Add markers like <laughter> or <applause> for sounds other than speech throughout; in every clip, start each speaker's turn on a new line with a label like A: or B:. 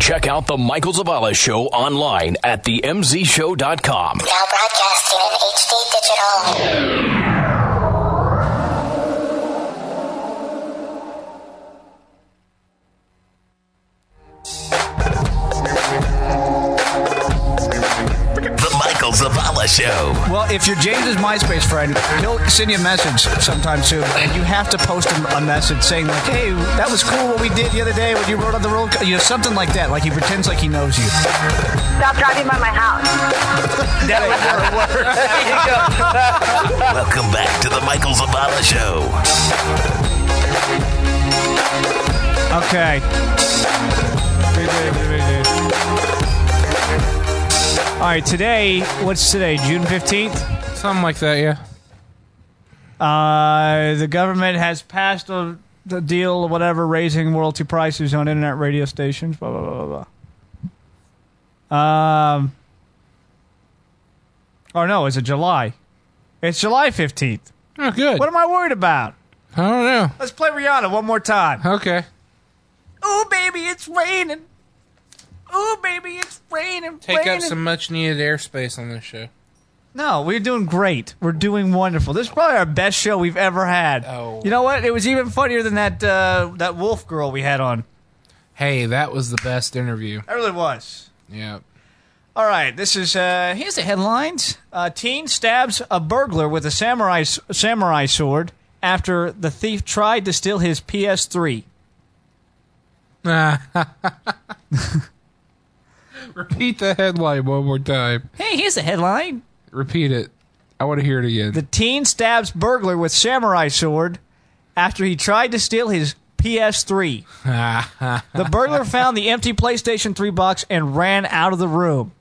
A: Check out the Michael Zavala Show online at themzshow.com.
B: Now broadcasting in HD digital.
C: The Michael Zavala Show.
D: Well, if you're James's MySpace friend, he'll send you a message sometime soon, and you have to post him a message saying like, "Hey, that was cool what we did the other day when you rode on the roller," co-" you know, something like that. Like he pretends like he knows you.
E: Stop driving by my house.
C: Welcome back to the Michael Zavala Show.
D: Okay. All right, today, what's today? June 15th?
F: Something like that, yeah.
D: Uh, the government has passed a the deal, or whatever, raising royalty prices on internet radio stations, blah, blah, blah, blah, blah. Um, or no, is it July? It's July 15th.
F: Oh, good.
D: What am I worried about?
F: I don't
D: Let's play Rihanna one more time.
F: know. Okay.
D: Ooh, baby, it's raining. Ooh, baby, it's raining.
F: Take
D: raining.
F: up some much needed airspace on this show.
D: No, we're doing great. We're doing wonderful. This is probably our best show we've ever had.
F: Oh.
D: You know what? It was even funnier than that uh, that wolf girl we had on.
F: Hey, that was the best interview.
D: That really was.
F: Yeah.
D: All right, this is uh, here's the headlines. Uh, teen stabs a burglar with a samurai s- samurai sword after the thief tried to steal his PS3.
F: <laughs> Repeat the headline one more time.
D: Hey, here's the headline.
F: Repeat it. I want to hear it again.
D: The teen stabs burglar with samurai sword after he tried to steal his PS3. the burglar found the empty PlayStation 3 box and ran out of the room.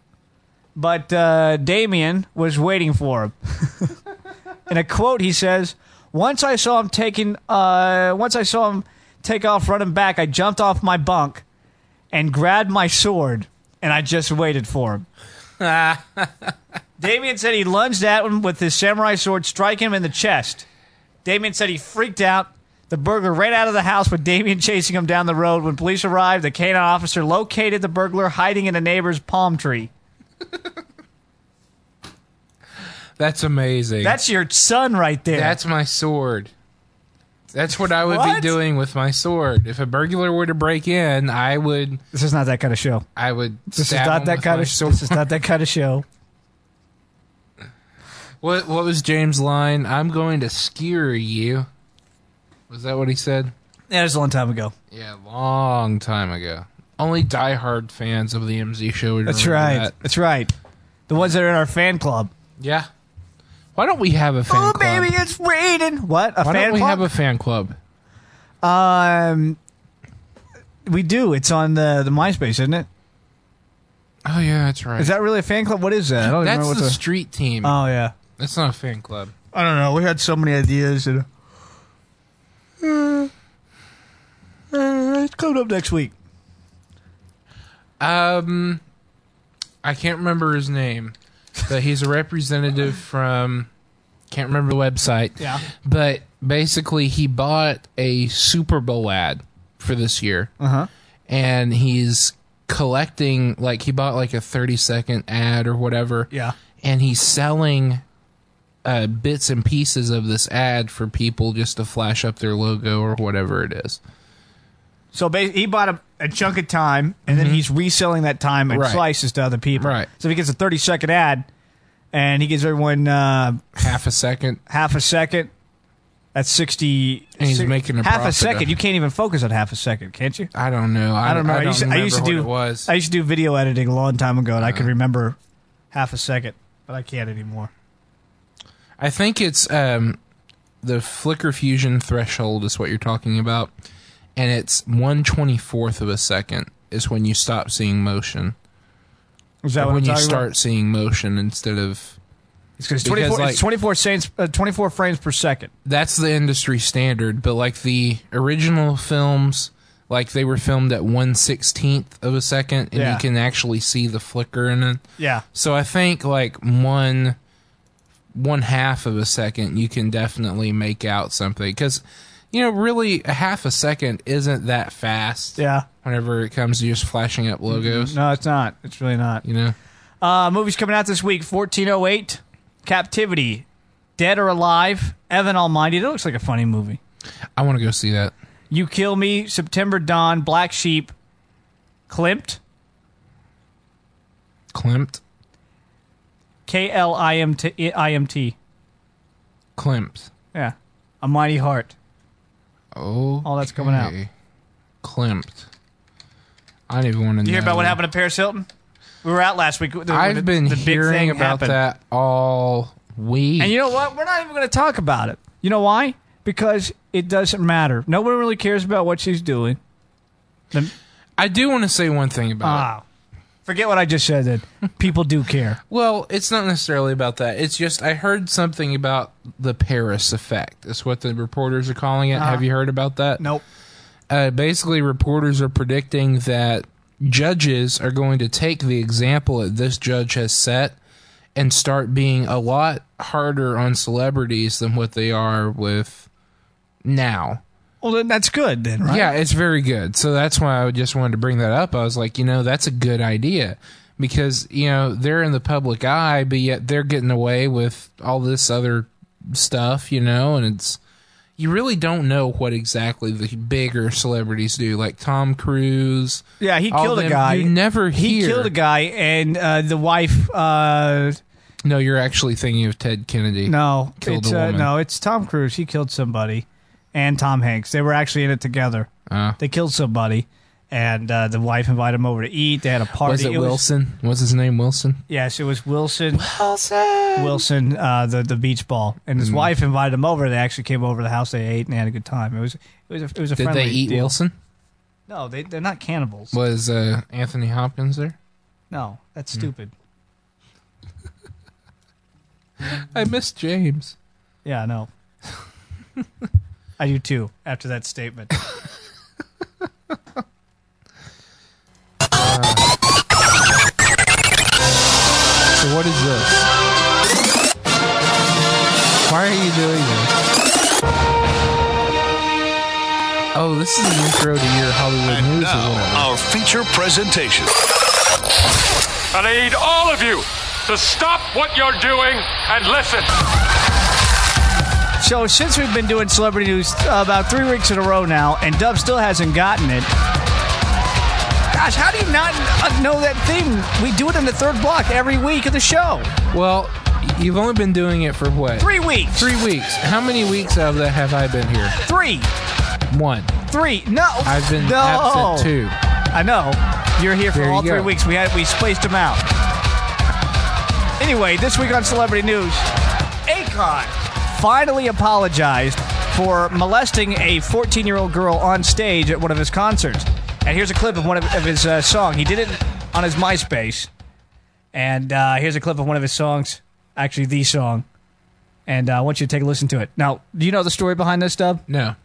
D: But uh, Damien was waiting for him. <laughs> In a quote, he says, "Once I saw him taking, uh, once I saw him take off running back, I jumped off my bunk and grabbed my sword, and I just waited for him." Damien said he lunged at him with his samurai sword, striking him in the chest. Damien said he freaked out. The burglar ran out of the house with Damien chasing him down the road. When police arrived, the canine officer located the burglar hiding in a neighbor's palm tree.
F: That's amazing.
D: That's your son right there.
F: That's my sword. That's what I would
D: What?
F: be doing with my sword. If a burglar were to break in, I would
D: this is not that kind of show.
F: I would
D: This
F: stab
D: is not
F: him
D: that
F: with
D: kind
F: my
D: of show.
F: sword.
D: This is not that kind of show.
F: What what was James' line? I'm going to skewer you. Was that what he said?
D: <laughs> Yeah, it was a long time ago.
F: Yeah, long time ago. Only diehard fans of the MZ show would
D: That's
F: remember
D: right.
F: that.
D: That's right. The ones that are in our fan club.
F: Yeah. Why don't we have a fan
D: oh,
F: club?
D: baby, it's raining. What a
F: Why
D: fan
F: don't we
D: club?
F: have a fan club?
D: um, we do. It's on the the MySpace, isn't it?
F: Oh yeah, that's right.
D: Is that really a fan club? What is that? I don't
F: that's
D: remember
F: the
D: what the.
F: street team.
D: oh yeah.
F: that's not a fan club.
D: I don't know. We had so many ideas. And, uh, it's coming up next week.
F: Um, I can't remember his name, but he's a representative from can't remember the website.
D: Yeah.
F: But basically, he bought a Super Bowl ad for this year,
D: Uh huh.
F: and he's collecting like he bought like a thirty second ad or whatever.
D: Yeah.
F: and he's selling. Uh, bits and pieces of this ad for people just to flash up their logo or whatever it is.
D: So ba- he bought a, a chunk of time, and then he's reselling that time and
F: Right.
D: slices to other people.
F: Right.
D: So if he gets a thirty second ad, and he gives everyone uh,
F: Half a second.
D: half a second. That's sixty.
F: And he's
D: six-
F: making a
D: half a
F: profit
D: second.
F: of-
D: You can't even focus on half a second, can't you?
F: I don't know. I,
D: don't remember. I used to- I used to
F: what
D: do-
F: it was.
D: I used to do video editing a long time ago, and I could remember half a second, but I can't anymore.
F: I think it's um, the flicker fusion threshold is what you're talking about, and it's one twenty fourth of a second is when you stop seeing motion,
D: Is that what I'm
F: when you
D: talking about?
F: start seeing motion instead of
D: It's 'cause
F: Because,
D: 24,
F: like-
D: it's 24, frames, uh, 24 frames per second.
F: that's the industry standard. But like the original films, like they were filmed at one sixteenth of a second, and
D: Yeah.
F: you can actually see the flicker in it.
D: Yeah.
F: So I think like one one half of a second you can definitely make out something because you know, really a half a second isn't that fast.
D: Yeah.
F: Whenever it comes to just flashing up logos,
D: No, it's not. It's really not.
F: you know,
D: Uh, movies coming out this week 1408, Captivity, Dead or Alive, Evan Almighty. That looks like a funny movie.
F: I want to go see that.
D: You Kill Me, September Dawn, Black Sheep, Klimt,
F: Klimt,
D: K L I M T I M T.
F: Klimt.
D: Yeah. A Mighty Heart.
F: Oh,
D: All that's coming out.
F: Klimt. I don't even want to.
D: You hear about what happened to Paris Hilton? We were out last week. The-
F: I've
D: the-
F: been
D: the big
F: hearing
D: thing
F: about
D: happened.
F: that all week.
D: And you know what? We're not even going to talk about it. You know why? Because it doesn't matter. No one really cares about what she's doing. The-
F: I do want to say one thing about. it.
D: Ah, forget what I just said. Then people do
F: <laughs>
D: care.
F: Well, it's not necessarily about that. It's just I heard something about the Paris effect. Is what the reporters are calling it. Have you heard about that?
D: Nope.
F: uh, basically reporters are predicting that judges are going to take the example that this judge has set and start being a lot harder on celebrities than what they are with now.
D: Well, then that's good then, right?
F: Yeah, it's very good. So that's why I just wanted to bring that up. I was like, you know, that's a good idea because, you know, they're in the public eye, but yet they're getting away with all this other stuff, you know, and it's you really don't know what exactly the bigger celebrities do, like Tom Cruise.
D: Yeah, he
F: all
D: killed a
F: them.
D: guy.
F: You never
D: He
F: hear.
D: killed a guy, and uh, the wife. Uh,
F: No, you're actually thinking of Ted Kennedy.
D: no,
F: <laughs> Killed
D: it's
F: a
D: uh,
F: woman.
D: no, it's Tom Cruise. He killed somebody, and Tom Hanks. They were actually in it together.
F: Uh,
D: They killed somebody, and uh, the wife invited him over to eat. They had a party.
F: was it,
D: was-
F: Wilson? Was his name Wilson?
D: Yes, it was Wilson. Wilson. Wilson, uh, the the beach ball, and
F: Hmm.
D: his wife invited him over. They actually came over to the house. They ate and they had a good time. It was it was a, it was a
F: Did
D: friendly
F: they eat
D: deal.
F: Wilson?
D: No, they they're not cannibals.
F: Was uh, Anthony Hopkins there?
D: No, that's
F: Hmm.
D: stupid.
F: I miss James.
D: Yeah,
F: <laughs>
D: no. I do too. After that statement,
F: So what is this? Why are you doing this? Oh, this is an intro to your Hollywood news or whatever.
C: Our feature presentation.
G: And I need all of you to stop what you're doing and listen.
D: so since we've been doing celebrity news uh, about three weeks in a row now, and Dub still hasn't gotten it. Gosh, how do you not uh, know that theme? We do it in the third block every week of the show.
F: Well, you've only been doing it for what?
D: Three weeks.
F: Three weeks. How many weeks out of that have I been here?
D: Three.
F: One.
D: Three. No.
F: I've been
D: no.
F: absent two.
D: I know. You're here for
F: There you
D: all three
F: go.
D: weeks. We had we spaced them out. Anyway, this week on Celebrity News, Akon finally apologized for molesting a 14-year-old girl on stage at one of his concerts. And here's a clip of one of, of his uh, song. He did it on his MySpace. And uh, here's a clip of one of his songs, actually the song. And uh, I want you to take a listen to it. Now, do you know the story behind this, Dub?
F: No.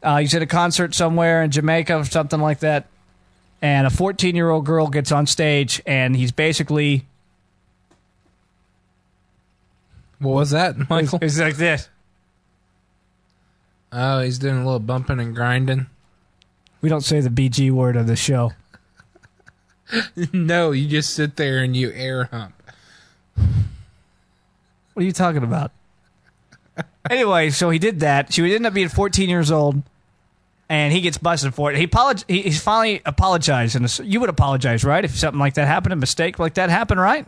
D: Uh, he's at a concert somewhere in Jamaica or something like that, and a 14 year old girl gets on stage, and he's basically
F: What was that, Michael?
D: he's like this.
F: Oh, he's doing a little bumping and grinding.
D: We don't say the BG word on the show.
F: No, you just sit there and you air hump.
D: What are you talking <laughs> about? anyway, so he did that. She would end up being 14 years old, and he gets busted for it. He apolog- he, He's finally apologized, and it's- you would apologize, right? If something like that happened, a mistake like that happened, right?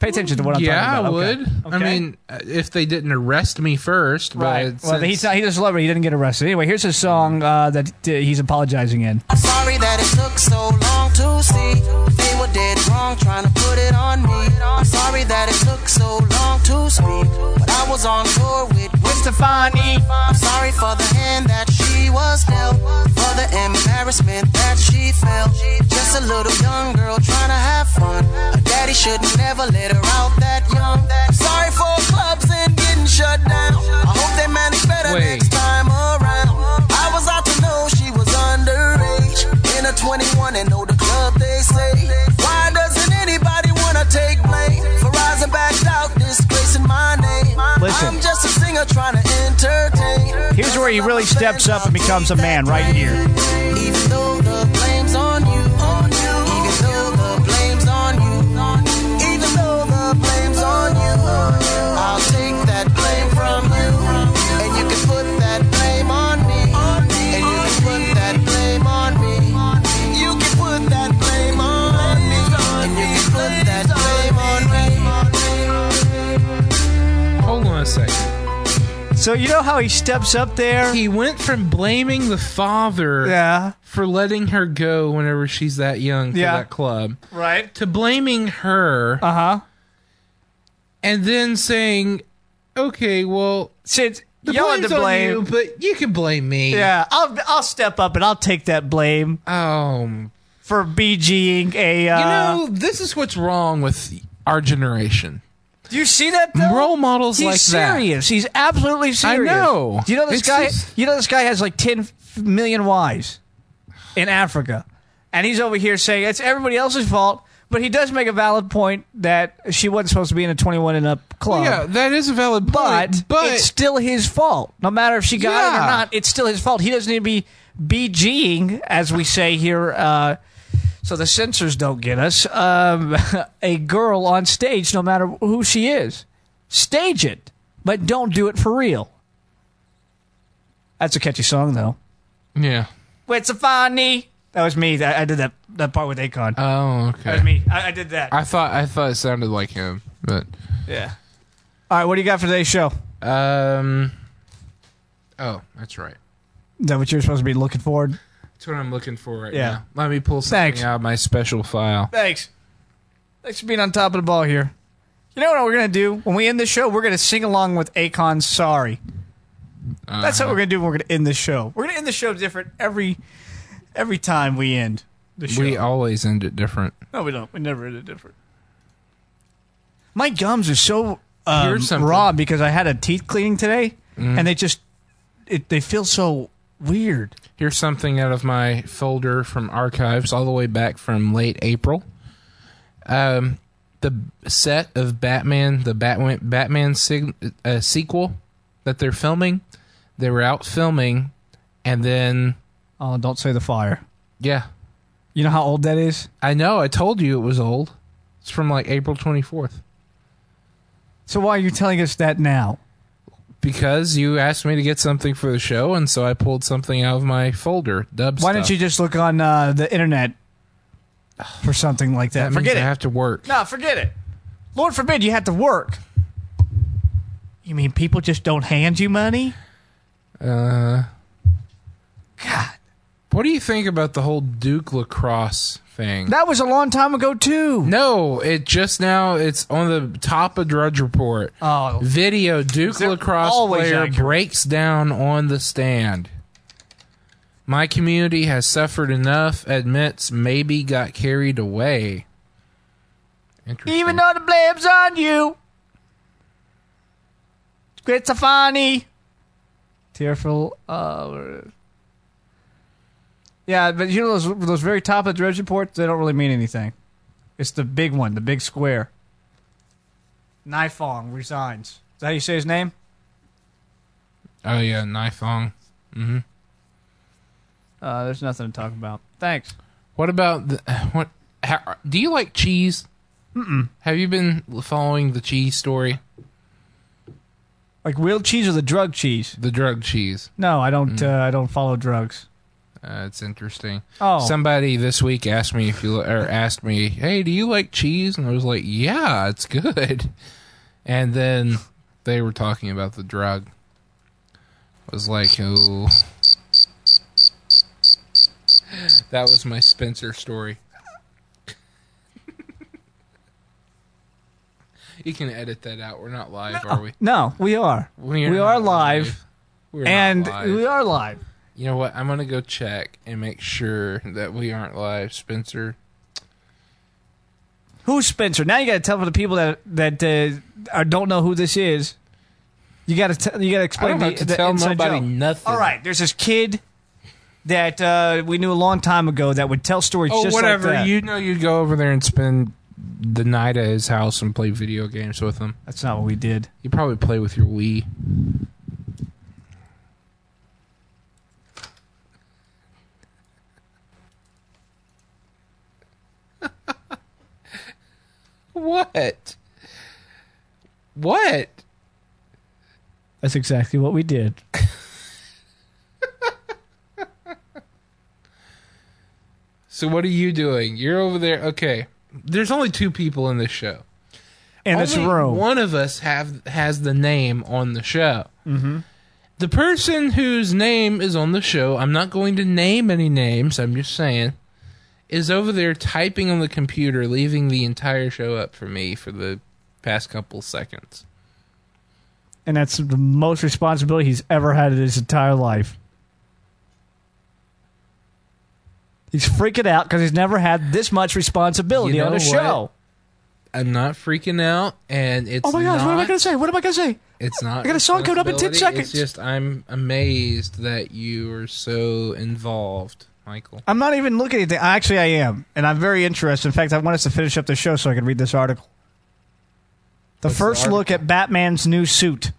D: Pay attention to what I'm
F: yeah, I
D: talking about. Okay.
F: would. I
D: Okay.
F: mean, uh, if they didn't arrest me first,
D: Right.
F: but
D: Well,
F: since-
D: he's not, he's a celebrity. He didn't get arrested. Anyway, here's his song uh, that uh, he's apologizing in.
H: Sorry that it took so long to see. They were dead wrong trying to put it on me. I'm sorry that it took so long to speak. But I was on tour with
D: With
H: Winston.
D: Stefani.
H: I'm sorry for the hand that she was dealt. For the embarrassment that she felt. Just a little young girl trying to have fun. Her daddy should never let her out that young. I'm sorry for clubs and getting shut down. I hope they manage better
F: Wait.
H: next time around. I was out to know she was underage. In a 21 and know the club they say. Why doesn't anybody wanna take blame for rising back out, disgracing my name?
D: Listen.
H: I'm just a singer trying to entertain.
D: where he really steps up and becomes a man right here.
H: Even though the blame's on you, on you. Even though the blame's on you, on you. Even though the blame's on you, on you. I'll take that blame from you. And you can put that blame on me. And you can put that blame on me. You can put that blame on me. And you can put that blame on me.
F: Hold on a second.
D: So you know how he steps up there?
F: He went from blaming the father
D: yeah.
F: for letting her go whenever she's that young to
D: Yeah.
F: that club
D: Right.
F: to blaming her
D: Uh huh.
F: and then saying, okay, well,
D: Since
F: the
D: y'all had
F: blame's
D: to
F: on
D: blame.
F: you, but you can blame me.
D: Yeah, I'll I'll step up and I'll take that blame
F: Um,
D: for BGing a. Uh,
F: you know, this is what's wrong with our generation.
D: do you see that though?
F: Role models
D: He's
F: like that.
D: serious. He's absolutely serious.
F: know.
D: Do you know this
F: It's
D: guy?
F: just-
D: You know this guy has like ten million wives in Africa, and he's over here saying it's everybody else's fault. But he does make a valid point that she wasn't supposed to be in a twenty-one and up club.
F: Yeah, that is a valid point.
D: but,
F: but
D: it's still his fault. No matter if she got it
F: Yeah.
D: or not, it's still his fault. He doesn't need to be BGing, as we say here, uh, so the censors don't get us, um, <laughs> a girl on stage, no matter who she is. Stage it, but don't do it for real. That's a catchy song, though.
F: yeah.
D: It's a funny. That was me. I, I did that, that part with Akon.
F: Oh,
D: that was
F: okay.
D: me. I, I did that.
F: I thought I thought it sounded like him, but
D: yeah. All right, what do you got for today's show?
F: um, oh, that's right.
D: Is that what you're supposed to be looking forward?
F: That's what I'm looking for right
D: Yeah.
F: now. Let me pull something
D: Thanks.
F: out of my special file.
D: Thanks. Thanks for being on top of the ball here. You know what we're gonna do when we end this show? We're gonna sing along with Akon's "Sorry." That's what we're gonna do. When we're gonna end this show. We're gonna end the show different every every time we end the show.
F: We always end it different.
D: no, we don't. We never end it different. My gums are so um,
F: Here's something.
D: raw because I had a teeth cleaning today, and they just it, they feel so weird.
F: Here's something out of my folder from archives all the way back from late April. Um, the b- set of Batman, the Batman Batman sig- uh, sequel that they're filming. They were out filming, and then
D: Oh, don't say the fire.
F: yeah,
D: You know how old that is.
F: I know. I told you it was old. It's from like April 24th
D: So why are you telling us that now?
F: because you asked me to get something for the show, and so I pulled something out of my folder. Dub.
D: Why don't you just look on uh, the internet for something like that?
F: That means
D: forget
F: I
D: it.
F: have to work.
D: no, forget it. Lord forbid you have to work. You mean people just don't hand you money?
F: Uh. What do you think about the whole Duke lacrosse thing?
D: That was a long time ago too.
F: No, it just now it's on the top of Drudge Report.
D: Oh.
F: Video Duke
D: They're
F: lacrosse
D: always
F: player
D: accurate.
F: breaks down on the stand. My community has suffered enough, admits maybe got carried away. Interesting.
D: Even though the blame's on you. Schizophrenia. Tearful. Uh, yeah, but you know those those very top of the dredge reports, they don't really mean anything. It's the big one, the big square. Nifong resigns. Is that how you say his name?
F: Oh yeah, Nifong.
D: Uh, there's nothing to talk about. Thanks.
F: What about the what how, do you like cheese? Mm-mm. Have you been following the cheese story?
D: Like real cheese or the drug cheese?
F: The drug cheese.
D: No, I don't. Uh, I don't follow drugs.
F: Uh, it's interesting.
D: Oh.
F: Somebody this week asked me if you or asked me, "Hey, do you like cheese?" And I was like, "Yeah, it's good." And then they were talking about the drug. I was like, "Oh." That was my Spencer story. you can edit that out. We're not live, are we?
D: No, we are.
F: We're
D: we
F: not
D: are live,
F: We're not
D: and
F: live.
D: we are live.
F: You know what? I'm gonna go check and make sure that we aren't live, Spencer.
D: Who's Spencer? Now you got to tell for the people that that uh, are, don't know who this is. You got to you got to
F: I
D: explain
F: don't
D: the,
F: have to
D: the
F: tell
D: inside
F: nobody
D: joke.
F: nothing.
D: All right, there's this kid that uh, we knew a long time ago that would tell stories
F: Oh,
D: just
F: whatever.
D: like that.
F: you know, you go over there and spend the night at his house and play video games with him.
D: That's not what we did.
F: You probably play with your Wii. <laughs> What? What?
D: That's exactly what we did.
F: So what are you doing? You're over there. Okay. There's only two people in this show.
D: In this
F: Only
D: room.
F: One of us have has the name on the show. Mm-hmm. The person whose name is on the show, I'm not going to name any names. I'm just saying, is over there typing on the computer, leaving the entire show up for me for the past couple seconds.
D: And that's the most responsibility he's ever had in his entire life. He's freaking out because he's never had this much responsibility
F: You
D: on
F: know
D: a
F: what?
D: show.
F: I'm not freaking out, and it's
D: Oh my gosh,
F: not,
D: what am I going to say? What am I going to say?
F: It's not.
D: I got a song coming up in 10
F: responsibility. It's
D: seconds.
F: just I'm amazed that you are so involved, Michael.
D: I'm not even looking at anything. Actually, I am. And I'm very interested. In fact, I want us to finish up the show so I can read this article. The
F: the
D: first look at Batman's new suit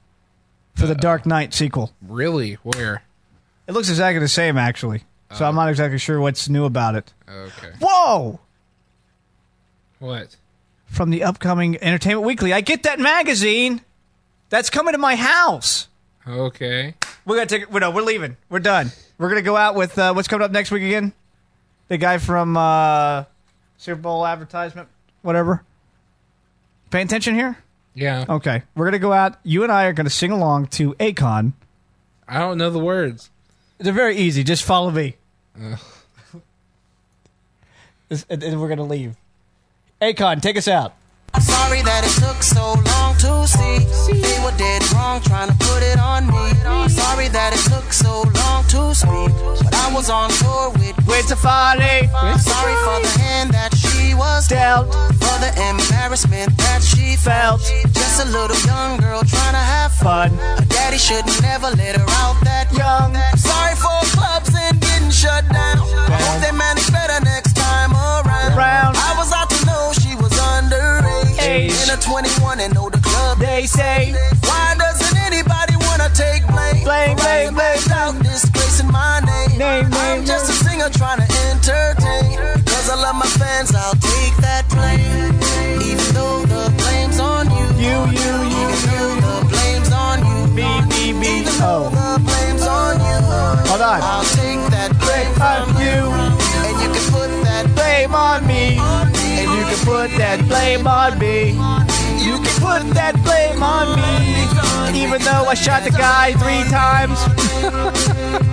D: for the Dark Knight sequel.
F: Really? Where?
D: It looks exactly the same, actually. So I'm not exactly sure what's new about it.
F: Okay.
D: Whoa!
F: What?
D: From the upcoming Entertainment Weekly. I get that magazine. That's coming to my house.
F: Okay.
D: We're gonna take. We're, no, we're leaving. We're done. We're gonna go out with uh, what's coming up next week again. The guy from uh, Super Bowl advertisement, whatever. Pay attention here.
F: Yeah.
D: Okay, we're gonna go out. You and I are gonna sing along to Akon.
F: I don't know the words.
D: They're very easy. Just follow me. This- and, and we're gonna leave. Akon, take us out.
H: I'm sorry that it took so long to see. They were dead wrong trying to put it on me. Sorry that it took so long to speak. But I was on tour with.
D: Wait to folly.
H: Sorry for the hand that she was
D: Dealt.
H: For the embarrassment that she
D: Felt.
H: felt. Just a little young girl trying to have fun.
D: Fun.
H: Her daddy should never let her out that
D: Young.
H: I'm sorry for clubs and getting shut down. I hope they manage better next time around.
D: Round.
H: I was out to know she was underage.
D: Age.
H: In a 21 and know the club.
D: They say
H: Why doesn't anybody wanna take blame?
D: Blame,
H: For
D: blame, blame.
H: rising back Out disgracing my name.
D: Name, name,
H: I'm just a singer trying to entertain. Cause I love my fans, I'll take that blame. Even though the blame's on you.
D: You, you, you.
H: Even though the blame's on you.
D: me, me, me.
H: Even though
D: Oh,
H: the blame's on you.
D: hold on.
H: I'll take that blame
D: Fuck
H: from
D: you.
H: you. And you can put that
D: Blame on me.
H: on me.
D: And you can put that blame on me. You can put that blame on me. Even though I shot the guy three times.